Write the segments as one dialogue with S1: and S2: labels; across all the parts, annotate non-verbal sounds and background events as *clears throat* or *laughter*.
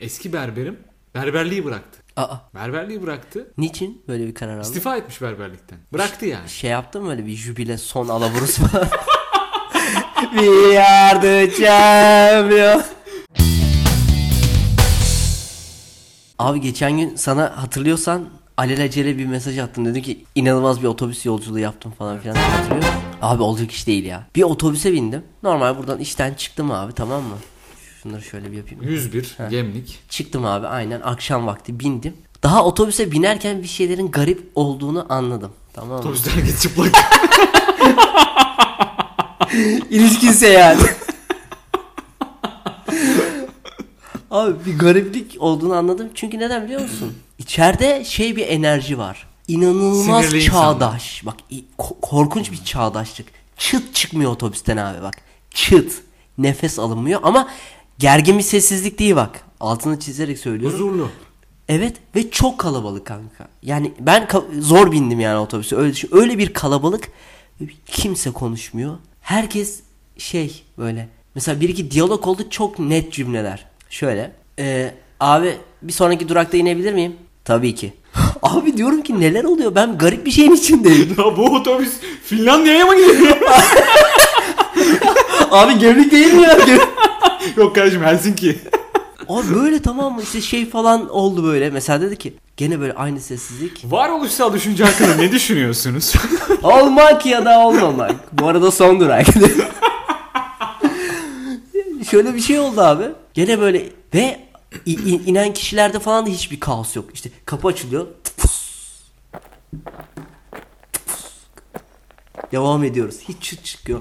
S1: Eski berberim berberliği bıraktı.
S2: Aa
S1: Berberliği bıraktı.
S2: niçin böyle bir karar aldın?
S1: İstifa etmiş berberlikten. Bıraktı yani.
S2: Şey yaptın mı böyle bir jübile son alavurusu falan? *laughs* We are the champion. Abi geçen gün sana hatırlıyorsan alelacele bir mesaj attım. Dedim ki inanılmaz bir otobüs yolculuğu yaptım falan filan. Hatırlıyor musun? Abi olacak iş değil ya. Bir otobüse bindim. Normal buradan işten çıktım abi tamam mı? Şunları şöyle bir yapayım.
S1: 101 Gemlik.
S2: Çıktım abi aynen akşam vakti bindim. Daha otobüse binerken bir şeylerin garip olduğunu anladım. Tamam
S1: *laughs*
S2: mı?
S1: Otobüsler git çıplak.
S2: İlişkinse yani. Abi bir gariplik olduğunu anladım. Çünkü neden biliyor musun? İçeride şey bir enerji var. İnanılmaz
S1: Sinirli
S2: çağdaş. Bak i- ko- korkunç bir çağdaşlık. Çıt çıkmıyor otobüsten abi bak. Çıt. Nefes alınmıyor ama gergin bir sessizlik değil bak. Altını çizerek söylüyorum.
S1: Huzurlu.
S2: Evet ve çok kalabalık kanka. Yani ben ka- zor bindim yani otobüse. Öyle düşün. Öyle bir kalabalık. Kimse konuşmuyor. Herkes şey böyle. Mesela bir iki diyalog oldu çok net cümleler. Şöyle. "Ee, abi bir sonraki durakta inebilir miyim? Tabii ki. *laughs* abi diyorum ki neler oluyor? Ben garip bir şeyin içindeyim.
S1: Ya bu otobüs Finlandiya'ya mı gidiyor?
S2: *laughs*
S1: *laughs*
S2: abi gevlik değil mi ya? Gevlik-
S1: Yok kardeşim Helsinki.
S2: Abi böyle tamam mı? İşte şey falan oldu böyle. Mesela dedi ki gene böyle aynı sessizlik.
S1: Varoluşsal düşünce hakkında ne *laughs* düşünüyorsunuz?
S2: Olmak ya da olmamak. Bu arada son durak. Şöyle bir şey oldu abi. Gene böyle ve i- i- inen kişilerde falan da hiçbir kaos yok. İşte kapı açılıyor. Devam ediyoruz. Hiç çıt çıkıyor.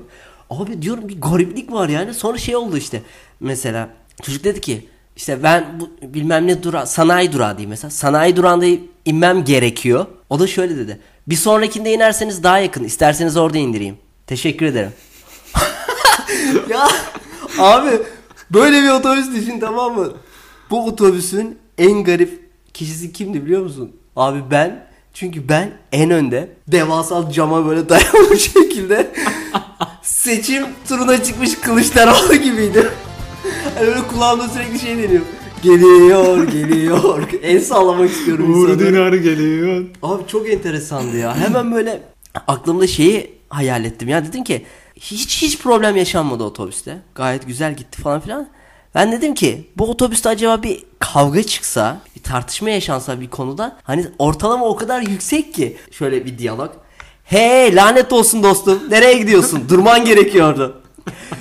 S2: Abi diyorum bir gariplik var yani. Sonra şey oldu işte. Mesela çocuk dedi ki işte ben bu bilmem ne dura sanayi durağı diyeyim mesela. Sanayi durağında inmem gerekiyor. O da şöyle dedi. Bir sonrakinde inerseniz daha yakın. İsterseniz orada indireyim. Teşekkür ederim. ya *laughs* abi böyle bir otobüs düşün tamam mı? Bu otobüsün en garip kişisi kimdi biliyor musun? Abi ben çünkü ben en önde devasal cama böyle dayalı şekilde seçim turuna çıkmış Kılıçdaroğlu gibiydi. Hani böyle kulağımda sürekli şey deniyor. Geliyor geliyor. El sallamak istiyorum
S1: Uğur
S2: insanı.
S1: Dinar geliyor.
S2: Abi çok enteresandı ya. Hemen böyle aklımda şeyi hayal ettim. Ya dedim ki hiç hiç problem yaşanmadı otobüste. Gayet güzel gitti falan filan. Ben dedim ki bu otobüste acaba bir kavga çıksa, bir tartışma yaşansa bir konuda hani ortalama o kadar yüksek ki şöyle bir diyalog. Hey lanet olsun dostum nereye gidiyorsun durman gerekiyordu.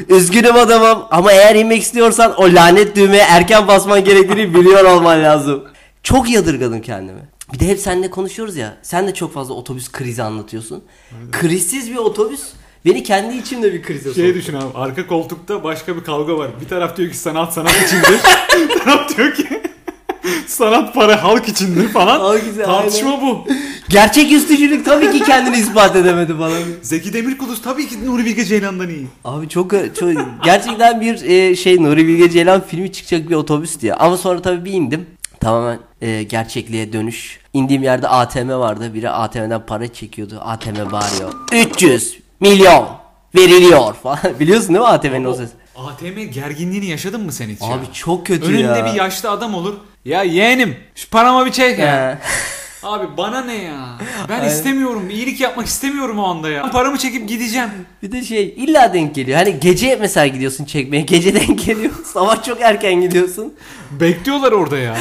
S2: Üzgünüm adamım ama eğer inmek istiyorsan o lanet düğmeye erken basman gerektiğini biliyor olman lazım. Çok yadırgadım kendimi. Bir de hep seninle konuşuyoruz ya. Sen de çok fazla otobüs krizi anlatıyorsun. Krizsiz bir otobüs beni kendi içimde bir krize soktu.
S1: Şey düşün abi arka koltukta başka bir kavga var. Bir taraf diyor ki sanat sanat *laughs* içindir. bir taraf diyor ki sanat para halk içindir falan.
S2: Al güzel,
S1: Tartışma bu.
S2: Gerçek üstücülük tabii ki kendini ispat edemedi falan.
S1: Zeki Demirkubuz tabii ki Nuri Bilge Ceylan'dan iyi.
S2: Abi çok, çok gerçekten bir e, şey Nuri Bilge Ceylan filmi çıkacak bir otobüs diye. Ama sonra tabii bir indim. Tamamen e, gerçekliğe dönüş. İndiğim yerde ATM vardı. Biri ATM'den para çekiyordu. ATM bağırıyor. 300 milyon veriliyor falan. *laughs* Biliyorsun değil mi ATM'nin o ses?
S1: ATM gerginliğini yaşadın mı sen hiç? ya?
S2: Abi çok kötü
S1: Önünde
S2: ya.
S1: bir yaşlı adam olur. Ya yeğenim şu parama bir çek ya.
S2: He.
S1: Abi bana ne ya? Ben istemiyorum. İyilik yapmak istemiyorum o anda ya. Ben paramı çekip gideceğim.
S2: Bir de şey illa denk geliyor. Hani gece mesela gidiyorsun çekmeye. Gece denk geliyor. Sabah çok erken gidiyorsun. *laughs*
S1: Bekliyorlar orada ya.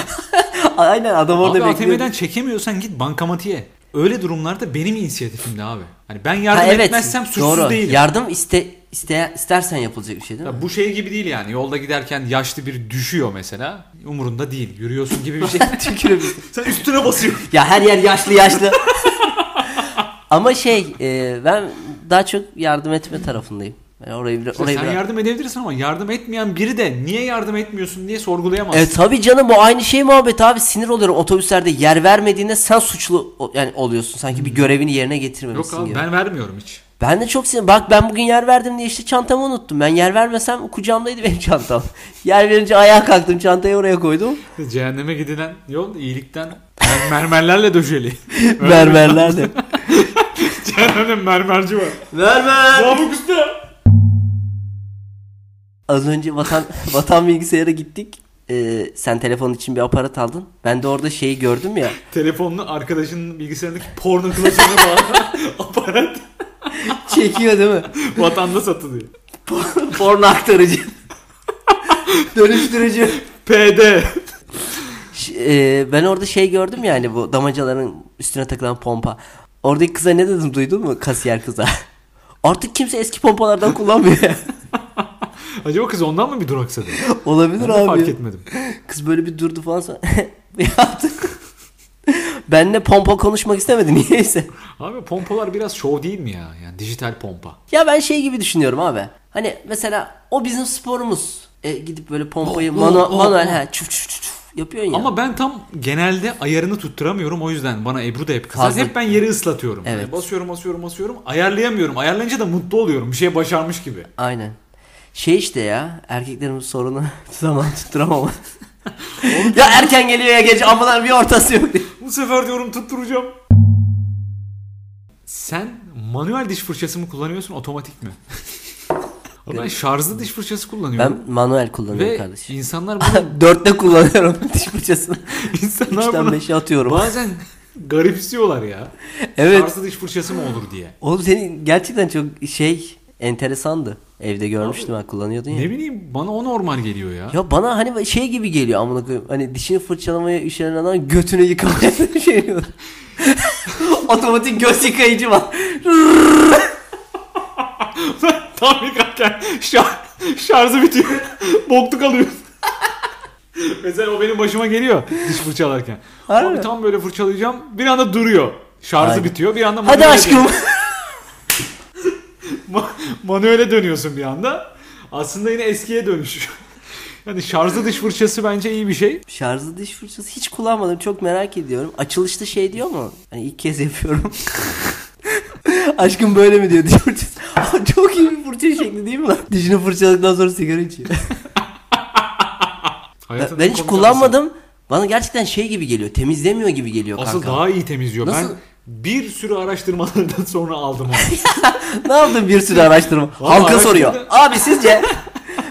S2: Aynen adam orada
S1: abi
S2: bekliyor.
S1: ATM'den çekemiyorsan git bankamatiğe. Öyle durumlarda benim inisiyatifimde abi. Hani ben yardım
S2: Ha, evet.
S1: etmezsem suçsuz
S2: Doğru.
S1: değilim.
S2: Yardım iste, iste istersen yapılacak bir şey değil mi?
S1: Ya bu şey gibi değil yani. Yolda giderken yaşlı bir düşüyor mesela. Umurunda değil. Yürüyorsun gibi bir
S2: *laughs*
S1: şey. *laughs*
S2: Tükürüp-
S1: Sen üstüne basıyorsun.
S2: ya her yer yaşlı yaşlı. *laughs* Ama şey e, ben daha çok yardım etme tarafındayım. Ben orayı bir, orayı
S1: Sen
S2: bir-
S1: yardım edebilirsin ama yardım etmeyen biri de niye yardım etmiyorsun diye sorgulayamazsın.
S2: E tabi canım bu aynı şey muhabbet abi sinir oluyorum otobüslerde yer vermediğinde sen suçlu o- yani oluyorsun sanki bir görevini yerine
S1: Hmm. Yok
S2: getirmemişsin
S1: abi
S2: gibi.
S1: ben vermiyorum hiç.
S2: Ben de çok sinir. Bak ben bugün yer verdim diye işte çantamı unuttum. Ben yer vermesem kucağımdaydı benim çantam. *laughs* yer verince ayağa kalktım çantayı
S1: *laughs*
S2: oraya koydum.
S1: Cehenneme gidilen yol iyilikten mermerlerle döşeli. *laughs*
S2: Mermerler de.
S1: Cehennemde mermerci var.
S2: Mermer.
S1: Namık Usta.
S2: *laughs* Az önce vatan, vatan bilgisayara gittik. e, sen telefon için bir aparat aldın. Ben de orada şeyi gördüm ya.
S1: Telefonunu arkadaşının bilgisayarındaki porno klasörüne bağlı *laughs* aparat
S2: Çekiyor değil mi? *laughs*
S1: vatanda satılıyor.
S2: Porno aktarıcı. *laughs* Dönüştürücü.
S1: PD.
S2: Ş- e, ben orada şey gördüm ya hani bu damacaların üstüne takılan pompa. Oradaki kıza ne dedim duydun mu? Kasiyer kıza. *laughs* Artık kimse eski pompalardan kullanmıyor.
S1: Acaba kız ondan mı bir duraksadı?
S2: *laughs* Olabilir
S1: Ben de fark
S2: abi.
S1: etmedim.
S2: Kız böyle bir durdu falan sonra. *laughs* yaptı. Benle pompa konuşmak istemedi niyeyse.
S1: Abi pompalar biraz şov değil mi ya? Yani dijital pompa.
S2: Ya ben şey gibi düşünüyorum abi. Hani mesela o bizim sporumuz. E, gidip böyle pompayı
S1: Oh, oh,
S2: manu-
S1: oh,
S2: manuel
S1: oh.
S2: he, çuf çuf çuf çuf yapıyorsun ya.
S1: Ama ben tam genelde ayarını tutturamıyorum o yüzden bana Ebru da hep kızar.
S2: Fazla-
S1: Hep ben yeri ıslatıyorum.
S2: Evet.
S1: Yani basıyorum basıyorum basıyorum ayarlayamıyorum. Ayarlayınca da mutlu oluyorum. Bir şey başarmış gibi.
S2: Aynen. Şey işte ya erkeklerin sorunu *laughs* zaman tutturamama. ya erken geliyor ya geç ambulan bir ortası yok diye.
S1: Bu sefer diyorum tutturacağım. Sen manuel diş fırçası mı kullanıyorsun
S2: *laughs*
S1: otomatik mi? Abi ben şarjlı diş fırçası kullanıyorum.
S2: Ben manuel kullanıyorum
S1: Ve
S2: kardeşim. *laughs*
S1: insanlar bunu,
S2: Dörtte kullanıyorum *laughs* diş fırçasını.
S1: insanlar
S2: Üçten
S1: bunu
S2: beşe atıyorum.
S1: bazen garipsiyorlar ya.
S2: *laughs* Evet.
S1: Şarjlı diş fırçası mı olur diye.
S2: Oğlum senin gerçekten çok şey enteresandı. Evde görmüştüm ha kullanıyordun ya.
S1: Ne bileyim bana o normal geliyor ya.
S2: Ya bana hani şey gibi geliyor amına koyayım. Hani dişini fırçalamaya üşenen adam götünü *laughs* yıkamaya şey diyor. Otomatik göz yıkayıcı var.
S1: *laughs* Tam yıkarken şar, şarjı bitiyor. Bokluk
S2: *laughs*
S1: alıyorsun. Mesela o benim başıma geliyor diş fırçalarken.
S2: Harbi
S1: Abi
S2: mi?
S1: tam böyle fırçalayacağım. Bir anda duruyor. Şarjı
S2: Aynen.
S1: bitiyor. Bir anda
S2: Hadi
S1: manuele dön-
S2: aşkım.
S1: ma- manuele dönüyorsun bir anda. Aslında yine eskiye dönüş. *laughs* Yani şarjlı diş fırçası bence iyi bir şey.
S2: *laughs* Şarjlı diş fırçası hiç kullanmadım. Çok merak ediyorum. Açılışta şey diyor mu? Hani ilk kez yapıyorum. *laughs* Aşkım böyle mi diyor diş fırçası. *laughs* Çok iyi bir fırça şekli değil mi lan? Dişini fırçaladıktan sonra sigara içiyor.
S1: Hayatın
S2: ben
S1: en
S2: hiç
S1: komik
S2: kullanmadım. Bana gerçekten şey gibi geliyor. Temizlemiyor gibi geliyor
S1: anısı.
S2: kanka.
S1: Asıl daha iyi temizliyor.
S2: Nasıl?
S1: Ben bir sürü araştırmalardan *laughs* sonra aldım
S2: *laughs*
S1: onu.
S2: Ne yaptın bir sürü araştırma?
S1: Vallahi
S2: Halka
S1: araştırdım.
S2: soruyor. Abi sizce?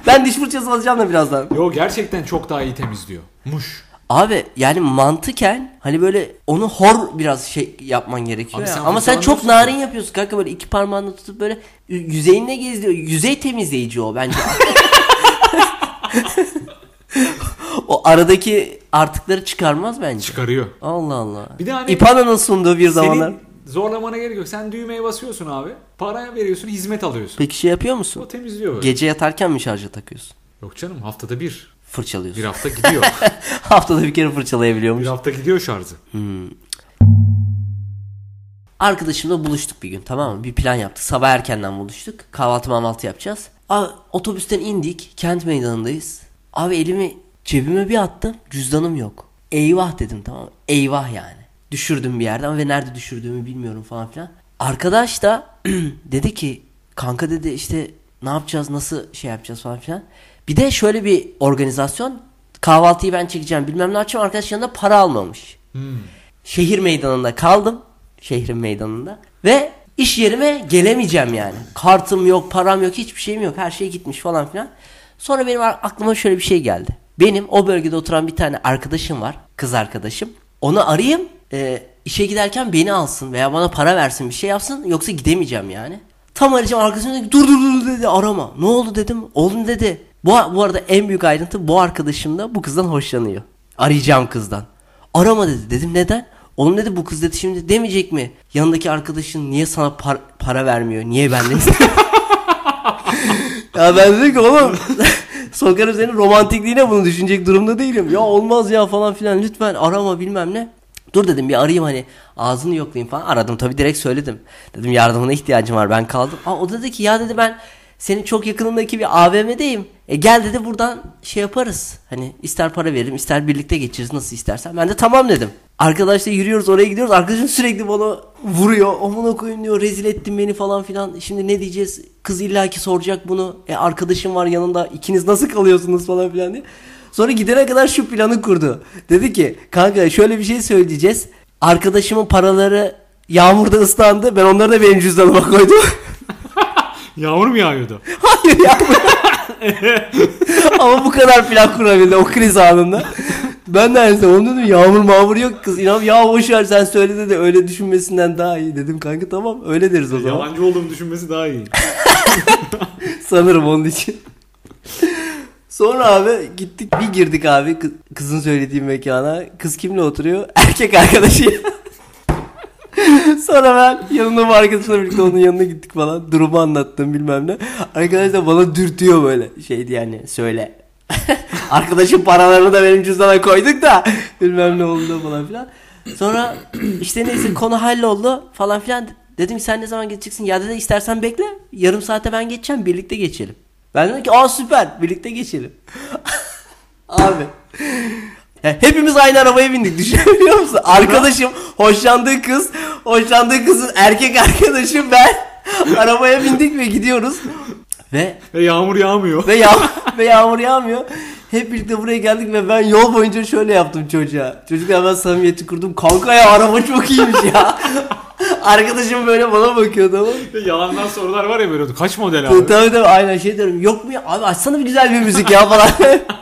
S2: ben diş fırçası alacağım da birazdan.
S1: Yo gerçekten çok daha iyi temizliyor. Muş.
S2: Abi yani mantıken hani böyle onu hor biraz şey yapman gerekiyor
S1: Abi
S2: ya.
S1: sen
S2: Ama sen çok
S1: fırçalamıyorsun
S2: narin yapıyorsun kanka böyle iki parmağını tutup böyle y- yüzeyine gezdiriyor. Yüzey temizleyici o *laughs* bence. o aradaki artıkları çıkarmaz bence.
S1: Çıkarıyor.
S2: Allah Allah.
S1: Bir de hani-
S2: İpana'nın sunduğu bir zamanlar.
S1: Senin zorlamana gerek yok. Sen düğmeye basıyorsun abi. Para veriyorsun, hizmet alıyorsun.
S2: Peki şey yapıyor
S1: O
S2: musun?
S1: temizliyor böyle.
S2: Gece yatarken mi şarja takıyorsun?
S1: yok canım haftada bir.
S2: Fırçalıyorsun.
S1: Bir hafta *laughs* gidiyor.
S2: *laughs* Haftada bir kere fırçalayabiliyormuş.
S1: bir hafta gidiyor şarjı.
S2: Arkadaşımla buluştuk bir gün tamam mı? Bir plan yaptık. Sabah erkenden buluştuk. Kahvaltı mahvaltı yapacağız. Aa, otobüsten indik. Kent meydanındayız. Abi elimi cebime bir attım. Cüzdanım yok. Eyvah dedim tamam mı? Eyvah yani. Düşürdüm bir yerden ve nerede düşürdüğümü bilmiyorum falan filan. Arkadaş da *clears throat* dedi ki kanka dedi işte ne yapacağız nasıl şey yapacağız falan filan. Bir de şöyle bir organizasyon kahvaltıyı ben çekeceğim bilmem ne yapacağım arkadaş yanında para almamış Hmm. şehir meydanında kaldım. Şehrin meydanında. Ve iş yerime gelemeyeceğim yani. Kartım yok, param yok, hiçbir şeyim yok. Her şey gitmiş falan filan. Sonra benim aklıma şöyle bir şey geldi. Benim o bölgede oturan bir tane arkadaşım var. Kız arkadaşım. Onu arayayım. e, işe giderken beni alsın veya bana para versin bir şey yapsın. Yoksa gidemeyeceğim yani. Tam arayacağım arkadaşım dedi ki, dur dur dur dedi arama. Ne oldu dedim. Oğlum dedi. Bu, bu arada en büyük ayrıntı bu arkadaşım da bu kızdan hoşlanıyor. Arayacağım kızdan. Arama dedi. Dedim neden? Oğlum dedi bu kız dedi şimdi demeyecek mi? Yanındaki arkadaşın niye sana par- para vermiyor? Niye benden istiyor? *laughs* ya ben dedim ki oğlum *laughs* sokarım senin romantikliğine bunu düşünecek durumda değilim. Ya olmaz ya falan filan lütfen arama bilmem ne. Dur dedim bir arayayım hani ağzını yoklayayım falan. Aradım tabii direkt söyledim. Dedim yardımına ihtiyacım var ben kaldım. Aa, o da dedi ki ya dedi ben senin çok yakınındaki bir AVM'deyim. E gel dedi buradan şey yaparız. Hani ister para veririm ister birlikte geçiririz nasıl istersen. Ben de tamam dedim. Arkadaşla yürüyoruz oraya gidiyoruz. Arkadaşım sürekli bana vuruyor. Aman koyayım diyor rezil ettin beni falan filan. Şimdi ne diyeceğiz? Kız illaki soracak bunu. E arkadaşım var yanında ikiniz nasıl kalıyorsunuz falan filan diye. Sonra gidene kadar şu planı kurdu. Dedi ki kanka şöyle bir şey söyleyeceğiz. Arkadaşımın paraları yağmurda ıslandı. *laughs* Ben onları da benim cüzdanıma koydum.
S1: Yağmur mu yağıyordu?
S2: Hayır yağmur. *laughs* Ama bu kadar plan kurabildi o kriz anında. Ben de aynısını onu dedim yağmur mağmur yok kız inan ya boş ver sen söyle dedi öyle düşünmesinden daha iyi dedim kanka tamam öyle deriz o zaman.
S1: Yalancı olduğumu düşünmesi daha iyi.
S2: Sanırım onun için. Sonra abi gittik bir girdik abi kı- kızın söylediği mekana. Kız kimle oturuyor? Erkek arkadaşı. *laughs* Sonra ben yanımda bir arkadaşımla birlikte onun yanına gittik falan. Durumu anlattım bilmem ne. Arkadaş da bana dürtüyor böyle. Şeydi yani söyle. *laughs* Arkadaşın paralarını da benim cüzdana koyduk da bilmem ne oldu falan filan. Sonra *clears throat* işte neyse konu halloldu falan filan. Dedim ki sen ne zaman geçeceksin? Ya dedi istersen bekle. Yarım saate ben geçeceğim. Birlikte geçelim. Ben dedim ki aa süper. Birlikte geçelim. *laughs* Abi. Ya hepimiz aynı arabaya bindik düşünebiliyor musun? Arkadaşım, hoşlandığı kız, hoşlandığı kızın erkek arkadaşı ben arabaya bindik ve gidiyoruz. Ve
S1: Ve E, yağmur *laughs* yağmıyor.
S2: ve, yağ *laughs* ve yağmur yağmıyor. Hep birlikte buraya geldik ve ben yol boyunca şöyle yaptım çocuğa. Çocukla hemen samimiyeti kurdum. Kanka ya araba çok iyiymiş ya. *laughs* Arkadaşım böyle bana bakıyordu ama.
S1: Ve yalandan sorular var ya böyle. Kaç model
S2: Tabii
S1: abi?
S2: tabii tabii, aynen şey diyorum. Yok mu ya? Abi açsana bir güzel bir müzik ya falan.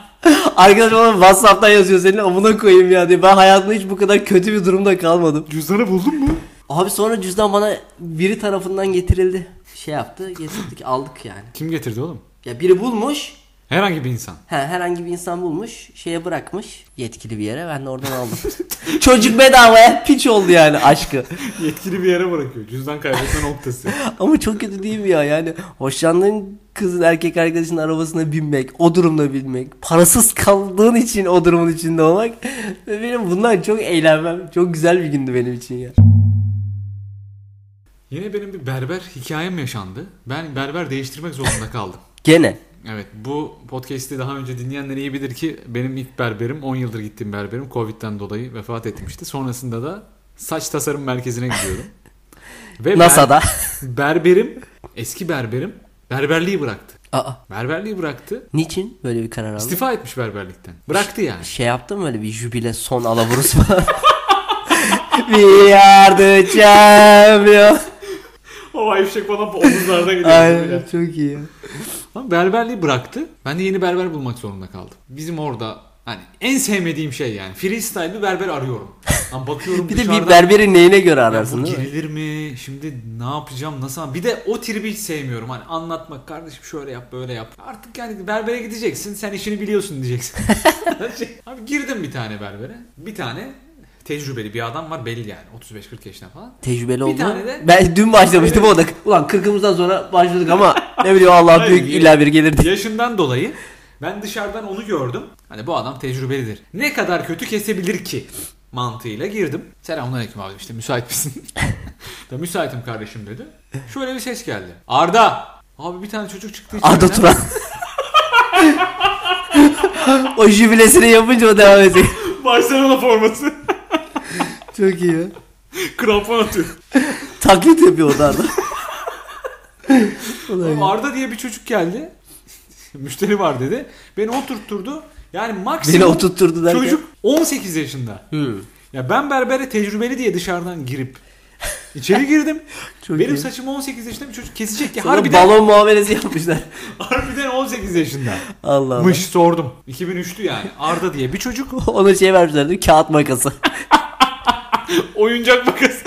S2: *laughs* Arkadaşım bana Whatsapp'tan yazıyor seni amına koyayım ya diye. Ben hayatımda hiç bu kadar kötü bir durumda kalmadım.
S1: Cüzdanı buldun mu?
S2: Abi sonra cüzdan bana biri tarafından getirildi. Şey yaptı getirdik aldık yani.
S1: Kim getirdi oğlum?
S2: Ya biri bulmuş
S1: Herhangi bir insan.
S2: He, herhangi bir insan bulmuş, şeye bırakmış yetkili bir yere. Ben de oradan aldım. Çocuk bedavaya piç oldu yani aşkı.
S1: Yetkili bir yere bırakıyor. Cüzdan kaybetme *laughs* noktası.
S2: Ama çok kötü değil mi ya? Yani hoşlandığın kızın erkek arkadaşının arabasına binmek, o durumda binmek, parasız kaldığın için o durumun içinde olmak. Ve benim bundan çok eğlenmem. Çok güzel bir gündü benim için ya.
S1: Yine benim bir berber hikayem yaşandı. Ben berber değiştirmek zorunda kaldım.
S2: Gene.
S1: Evet bu podcast'i daha önce dinleyenler iyi bilir ki benim ilk berberim 10 yıldır gittiğim berberim Covid'den dolayı vefat etmişti. Sonrasında da saç tasarım merkezine gidiyordum. Ve ber-
S2: NASA'da.
S1: berberim eski berberim berberliği bıraktı.
S2: *laughs* Aa.
S1: Berberliği bıraktı.
S2: Niçin böyle bir karar aldın?
S1: İstifa etmiş berberlikten. Bıraktı
S2: *laughs*
S1: yani.
S2: Şey yaptım böyle bir jübile son alavurusu falan. *laughs* We are the champions.
S1: O ifşek falan omuzlarda
S2: Aynen çok iyi. ya.
S1: Ama berberliği bıraktı. Ben de yeni berber bulmak zorunda kaldım. Bizim orada hani en sevmediğim şey yani. Freestyle bir berber arıyorum. Lan bakıyorum
S2: *laughs* Bir de bir
S1: dışarıdan-
S2: berberi neyine göre
S1: Ya
S2: ararsın
S1: bu
S2: değil mi?
S1: girilir mi? Şimdi ne yapacağım? Nasıl? Bir de o tribi hiç sevmiyorum. Hani anlatmak kardeşim şöyle yap böyle yap. Artık yani berbere gideceksin. Sen işini biliyorsun
S2: *laughs*
S1: diyeceksin. Şey, Abi girdim bir tane berbere. Bir tane tecrübeli bir adam var belli yani. 35-40 yaşında falan.
S2: Tecrübeli oldu.
S1: tane de-
S2: Ben dün başlamıştım o da. Ulan kırkımızdan sonra başladık ama ne bileyim Allah
S1: Hayır,
S2: büyük
S1: yeni-
S2: illa bir gelirdi.
S1: Yaşından dolayı ben dışarıdan onu gördüm. Hani bu adam tecrübelidir. Ne kadar kötü kesebilir ki? mantığıyla girdim. Selamünaleyküm abi işte müsait
S2: *laughs*
S1: misin? da müsaitim kardeşim dedi. Şöyle bir ses geldi. Arda! Abi bir tane çocuk çıktı
S2: Arda
S1: içeriden.
S2: Turan. o jübilesini yapınca o devam edecek.
S1: *laughs* Barcelona
S2: *laughs*
S1: forması.
S2: Çok iyi. ya.
S1: Krampon atıyor.
S2: Taklit yapıyor o da Arda. Ulan
S1: Oğlum
S2: ya.
S1: Arda diye bir çocuk geldi. *laughs* Müşteri var dedi. Beni oturtturdu. Yani maksimum
S2: Beni oturtturdu derken.
S1: çocuk 18 yaşında.
S2: Hmm.
S1: Ya ben berbere tecrübeli diye dışarıdan girip içeri girdim.
S2: *laughs* Çok
S1: Benim
S2: iyi.
S1: saçımı 18 yaşında bir çocuk kesecek ki
S2: Sonra
S1: E, harbiden,
S2: balon muamelesi yapmışlar.
S1: harbiden 18 yaşında.
S2: Allah Allah.
S1: Mış sordum. 2003'tü yani. Arda diye bir
S2: *laughs*
S1: çocuk.
S2: Ona şey vermişler değil mi? Kağıt makası. *laughs*
S1: Oyuncak makası.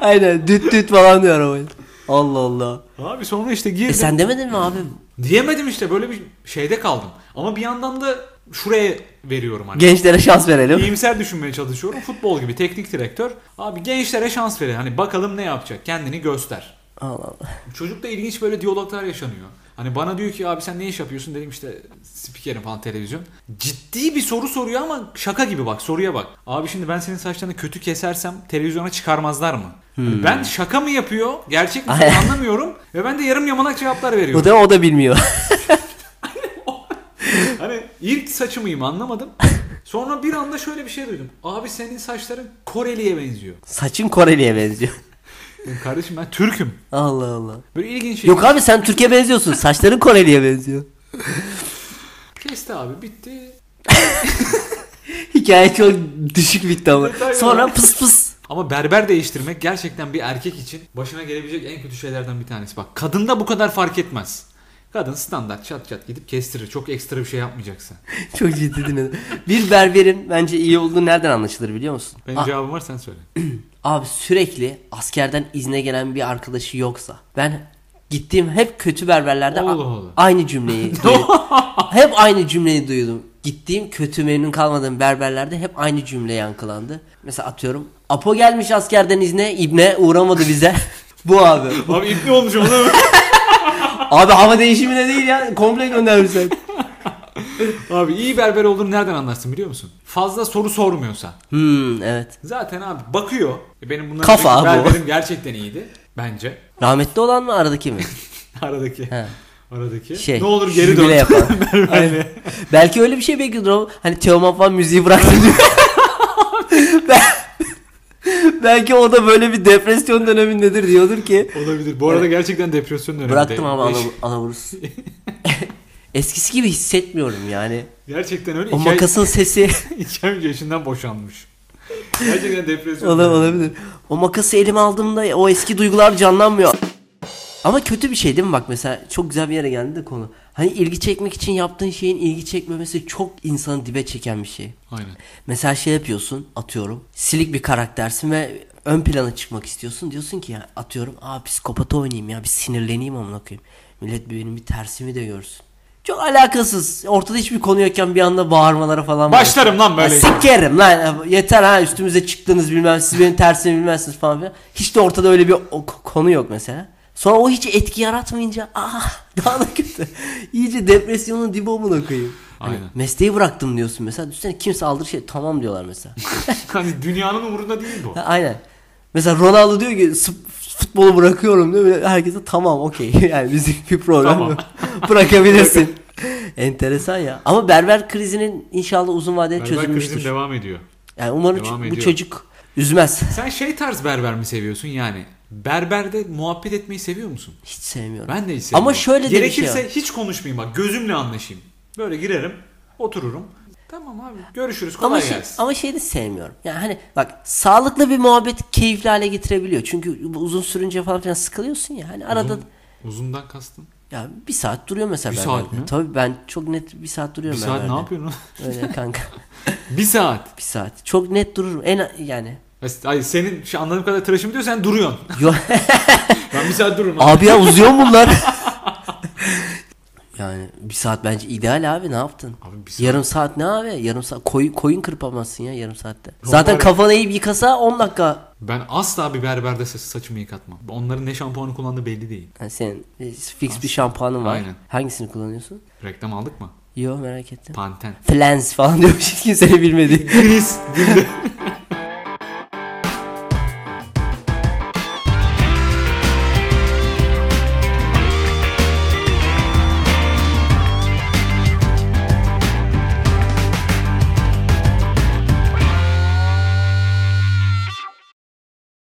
S2: Aynen düt düt falan diyor arabayı. Allah Allah.
S1: Abi sonra işte girdim.
S2: E sen demedin mi abi?
S1: Diyemedim işte böyle bir şeyde kaldım. Ama bir yandan da şuraya veriyorum hani.
S2: Gençlere şans verelim.
S1: İyimser düşünmeye çalışıyorum. Futbol gibi teknik direktör. Abi gençlere şans verin. Hani bakalım ne yapacak. Kendini göster.
S2: Allah Allah.
S1: Çocukla ilginç böyle diyaloglar yaşanıyor. Hani bana diyor ki abi sen ne iş yapıyorsun dedim işte spikerim falan televizyon. Ciddi bir soru soruyor ama şaka gibi bak soruya bak. Abi şimdi ben senin saçlarını kötü kesersem televizyona çıkarmazlar mı? Hani Ben şaka mı yapıyor gerçek mi
S2: Ay.
S1: anlamıyorum ve ben de yarım yamalak cevaplar veriyorum.
S2: O da o da bilmiyor. *laughs*
S1: Hani ilk saçı mıyım anlamadım. Sonra bir anda şöyle bir şey duydum. Abi senin saçların Koreli'ye benziyor.
S2: Saçın Koreli'ye benziyor.
S1: Dedim, Kardeşim ben Türk'üm.
S2: Allah Allah.
S1: Böyle ilginç şey.
S2: Yok abi sen Türkiye benziyorsun. Saçların Koreli'ye benziyor. *laughs*
S1: Kesti abi bitti.
S2: Hikaye çok düşük bitti ama.
S1: Detay
S2: Sonra
S1: olarak.
S2: pıs pıs.
S1: Ama berber değiştirmek gerçekten bir erkek için başına gelebilecek en kötü şeylerden bir tanesi. Bak kadında bu kadar fark etmez. Kadın standart çat çat gidip kestirir. Çok ekstra bir şey yapmayacaksın.
S2: Çok ciddi dinledim. Bir berberin bence iyi olduğu nereden anlaşılır biliyor musun?
S1: Benim
S2: A-
S1: cevabım var sen söyle.
S2: Abi sürekli askerden izne gelen bir arkadaşı yoksa ben gittiğim hep kötü berberlerde a-
S1: Allah Allah. *laughs*
S2: aynı cümleyi duydum. hep aynı cümleyi duydum. Gittiğim kötü memnun kalmadığım berberlerde hep aynı cümle yankılandı. Mesela atıyorum Apo gelmiş askerden izne İbne uğramadı
S1: *laughs*
S2: bize. Bu *laughs* abi.
S1: Abi ipli olmuş onu.
S2: Abi hava değişimine değil ya
S1: *laughs*
S2: komple göndermişler.
S1: abi iyi berber olduğunu nereden anlarsın biliyor musun? Fazla soru sormuyorsa.
S2: Hmm evet.
S1: Zaten abi bakıyor. E Benim bunların
S2: Kafa
S1: önceki
S2: abi o.
S1: berberim gerçekten iyiydi. Bence. *laughs*
S2: Rahmetli olan mı aradaki mi?
S1: Aradaki.
S2: He.
S1: Aradaki.
S2: Şey,
S1: ne olur geri
S2: jübile
S1: dön.
S2: yapan.
S1: Berberle.
S2: Belki öyle bir şey bekliyordur ama hani Teoman falan müziği bıraktı *laughs* diyor. Bel- Belki o da böyle bir depresyon dönemindedir diyordur ki.
S1: *laughs* Olabilir. Bu arada gerçekten depresyon döneminde.
S2: Bıraktım ama ana,
S1: Eş-
S2: anavurus.
S1: *laughs*
S2: Eskisi gibi hissetmiyorum yani.
S1: Gerçekten öyle.
S2: O
S1: İki ay-
S2: makasın sesi *laughs*
S1: *laughs* iki ay önce eşinden boşanmış. Gerçekten depresyon.
S2: Ola-
S1: dönemi.
S2: olabilir. O makası elime aldığımda o eski duygular canlanmıyor. Ama kötü bir şey değil mi bak mesela çok güzel bir yere geldi de konu. Hani ilgi çekmek için yaptığın şeyin ilgi çekmemesi çok insanı dibe çeken bir şey.
S1: Aynen.
S2: Mesela şey yapıyorsun atıyorum silik bir karaktersin ve ön plana çıkmak istiyorsun. Diyorsun ki ya atıyorum aa psikopata oynayayım ya bir sinirleneyim amına koyayım. Millet benim bir tersimi de görsün. Çok alakasız. Ortada hiçbir konu yokken bir anda bağırmalara falan
S1: Başlarım lan böyle.
S2: Ha, sikerim lan yeter ha üstümüze çıktınız bilmem siz benim tersimi bilmezsiniz falan filan. Hiç de ortada öyle bir o- konu yok mesela. Sonra o hiç etki yaratmayınca ah *laughs* daha da kötü. İyice depresyonun dibi amına koyayım. Hani
S1: Aynen.
S2: mesleği bıraktım diyorsun mesela. Düşünsene kimse aldır şey tamam diyorlar mesela.
S1: Hani dünyanın umurunda değil bu.
S2: Ha, Aynen. Mesela Ronaldo diyor ki "Sp- futbolu bırakıyorum diyor. Böyle Herkese tamam okey. *laughs* Yani bizim bir problem
S1: Tamam.
S2: yok.
S1: *laughs*
S2: *laughs* Bırakabilirsin. Enteresan ya. Ama berber krizinin inşallah uzun vadede
S1: Berber krizim
S2: çözülmüştür.
S1: devam ediyor.
S2: Yani umarım
S1: devam
S2: ço- bu
S1: ediyor.
S2: çocuk üzmez.
S1: Sen şey tarz berber mi seviyorsun yani? Berberde muhabbet etmeyi seviyor musun?
S2: Hiç sevmiyorum.
S1: Ben de hiç seviyorum.
S2: Ama şöyle de bir şey
S1: Gerekirse
S2: var.
S1: hiç konuşmayayım bak gözümle anlaşayım. Böyle girerim otururum. Tamam abi görüşürüz kolay
S2: Ama şey,
S1: gelsin.
S2: ama şey de sevmiyorum. Yani hani bak sağlıklı bir muhabbet keyifli hale getirebiliyor. Çünkü bu uzun sürünce falan filan sıkılıyorsun ya. Hani arada
S1: Uzun- uzundan kastın.
S2: ya bir saat duruyor mesela.
S1: Bir
S2: ben
S1: saat
S2: orada.
S1: mi?
S2: Tabii ben çok net bir saat
S1: Bir
S2: duruyorum. ben
S1: saat ne
S2: orada.
S1: yapıyorsun?
S2: Öyle kanka.
S1: *laughs*
S2: *laughs*
S1: bir saat.
S2: bir saat. Çok net dururum. En yani.
S1: Hayır senin şu anladığım kadar tıraşım diyor sen duruyorsun. *laughs*
S2: Yo-
S1: Ben bir saat dururum.
S2: abi *laughs* ya uzuyor mu bunlar? yani bir saat bence ideal abi ne yaptın?
S1: Abi bir saat-
S2: Yarım saat ne abi? Yarım saat koyun, koyun kırpamazsın ya yarım saatte.
S1: Normal.
S2: Zaten kafanı eğip yıkasa 10 dakika.
S1: Ben asla bir berberde sa- saçımı yıkatmam. Onların ne şampuanı kullandığı belli değil.
S2: Yani senin e, fix bir şampuanın var.
S1: Aynen.
S2: Hangisini kullanıyorsun?
S1: Reklam aldık mı?
S2: Yo merak ettim.
S1: Panten. *laughs*
S2: *laughs* Flans falan diyormuş hiç kimsenin bilmediği.
S1: Gris.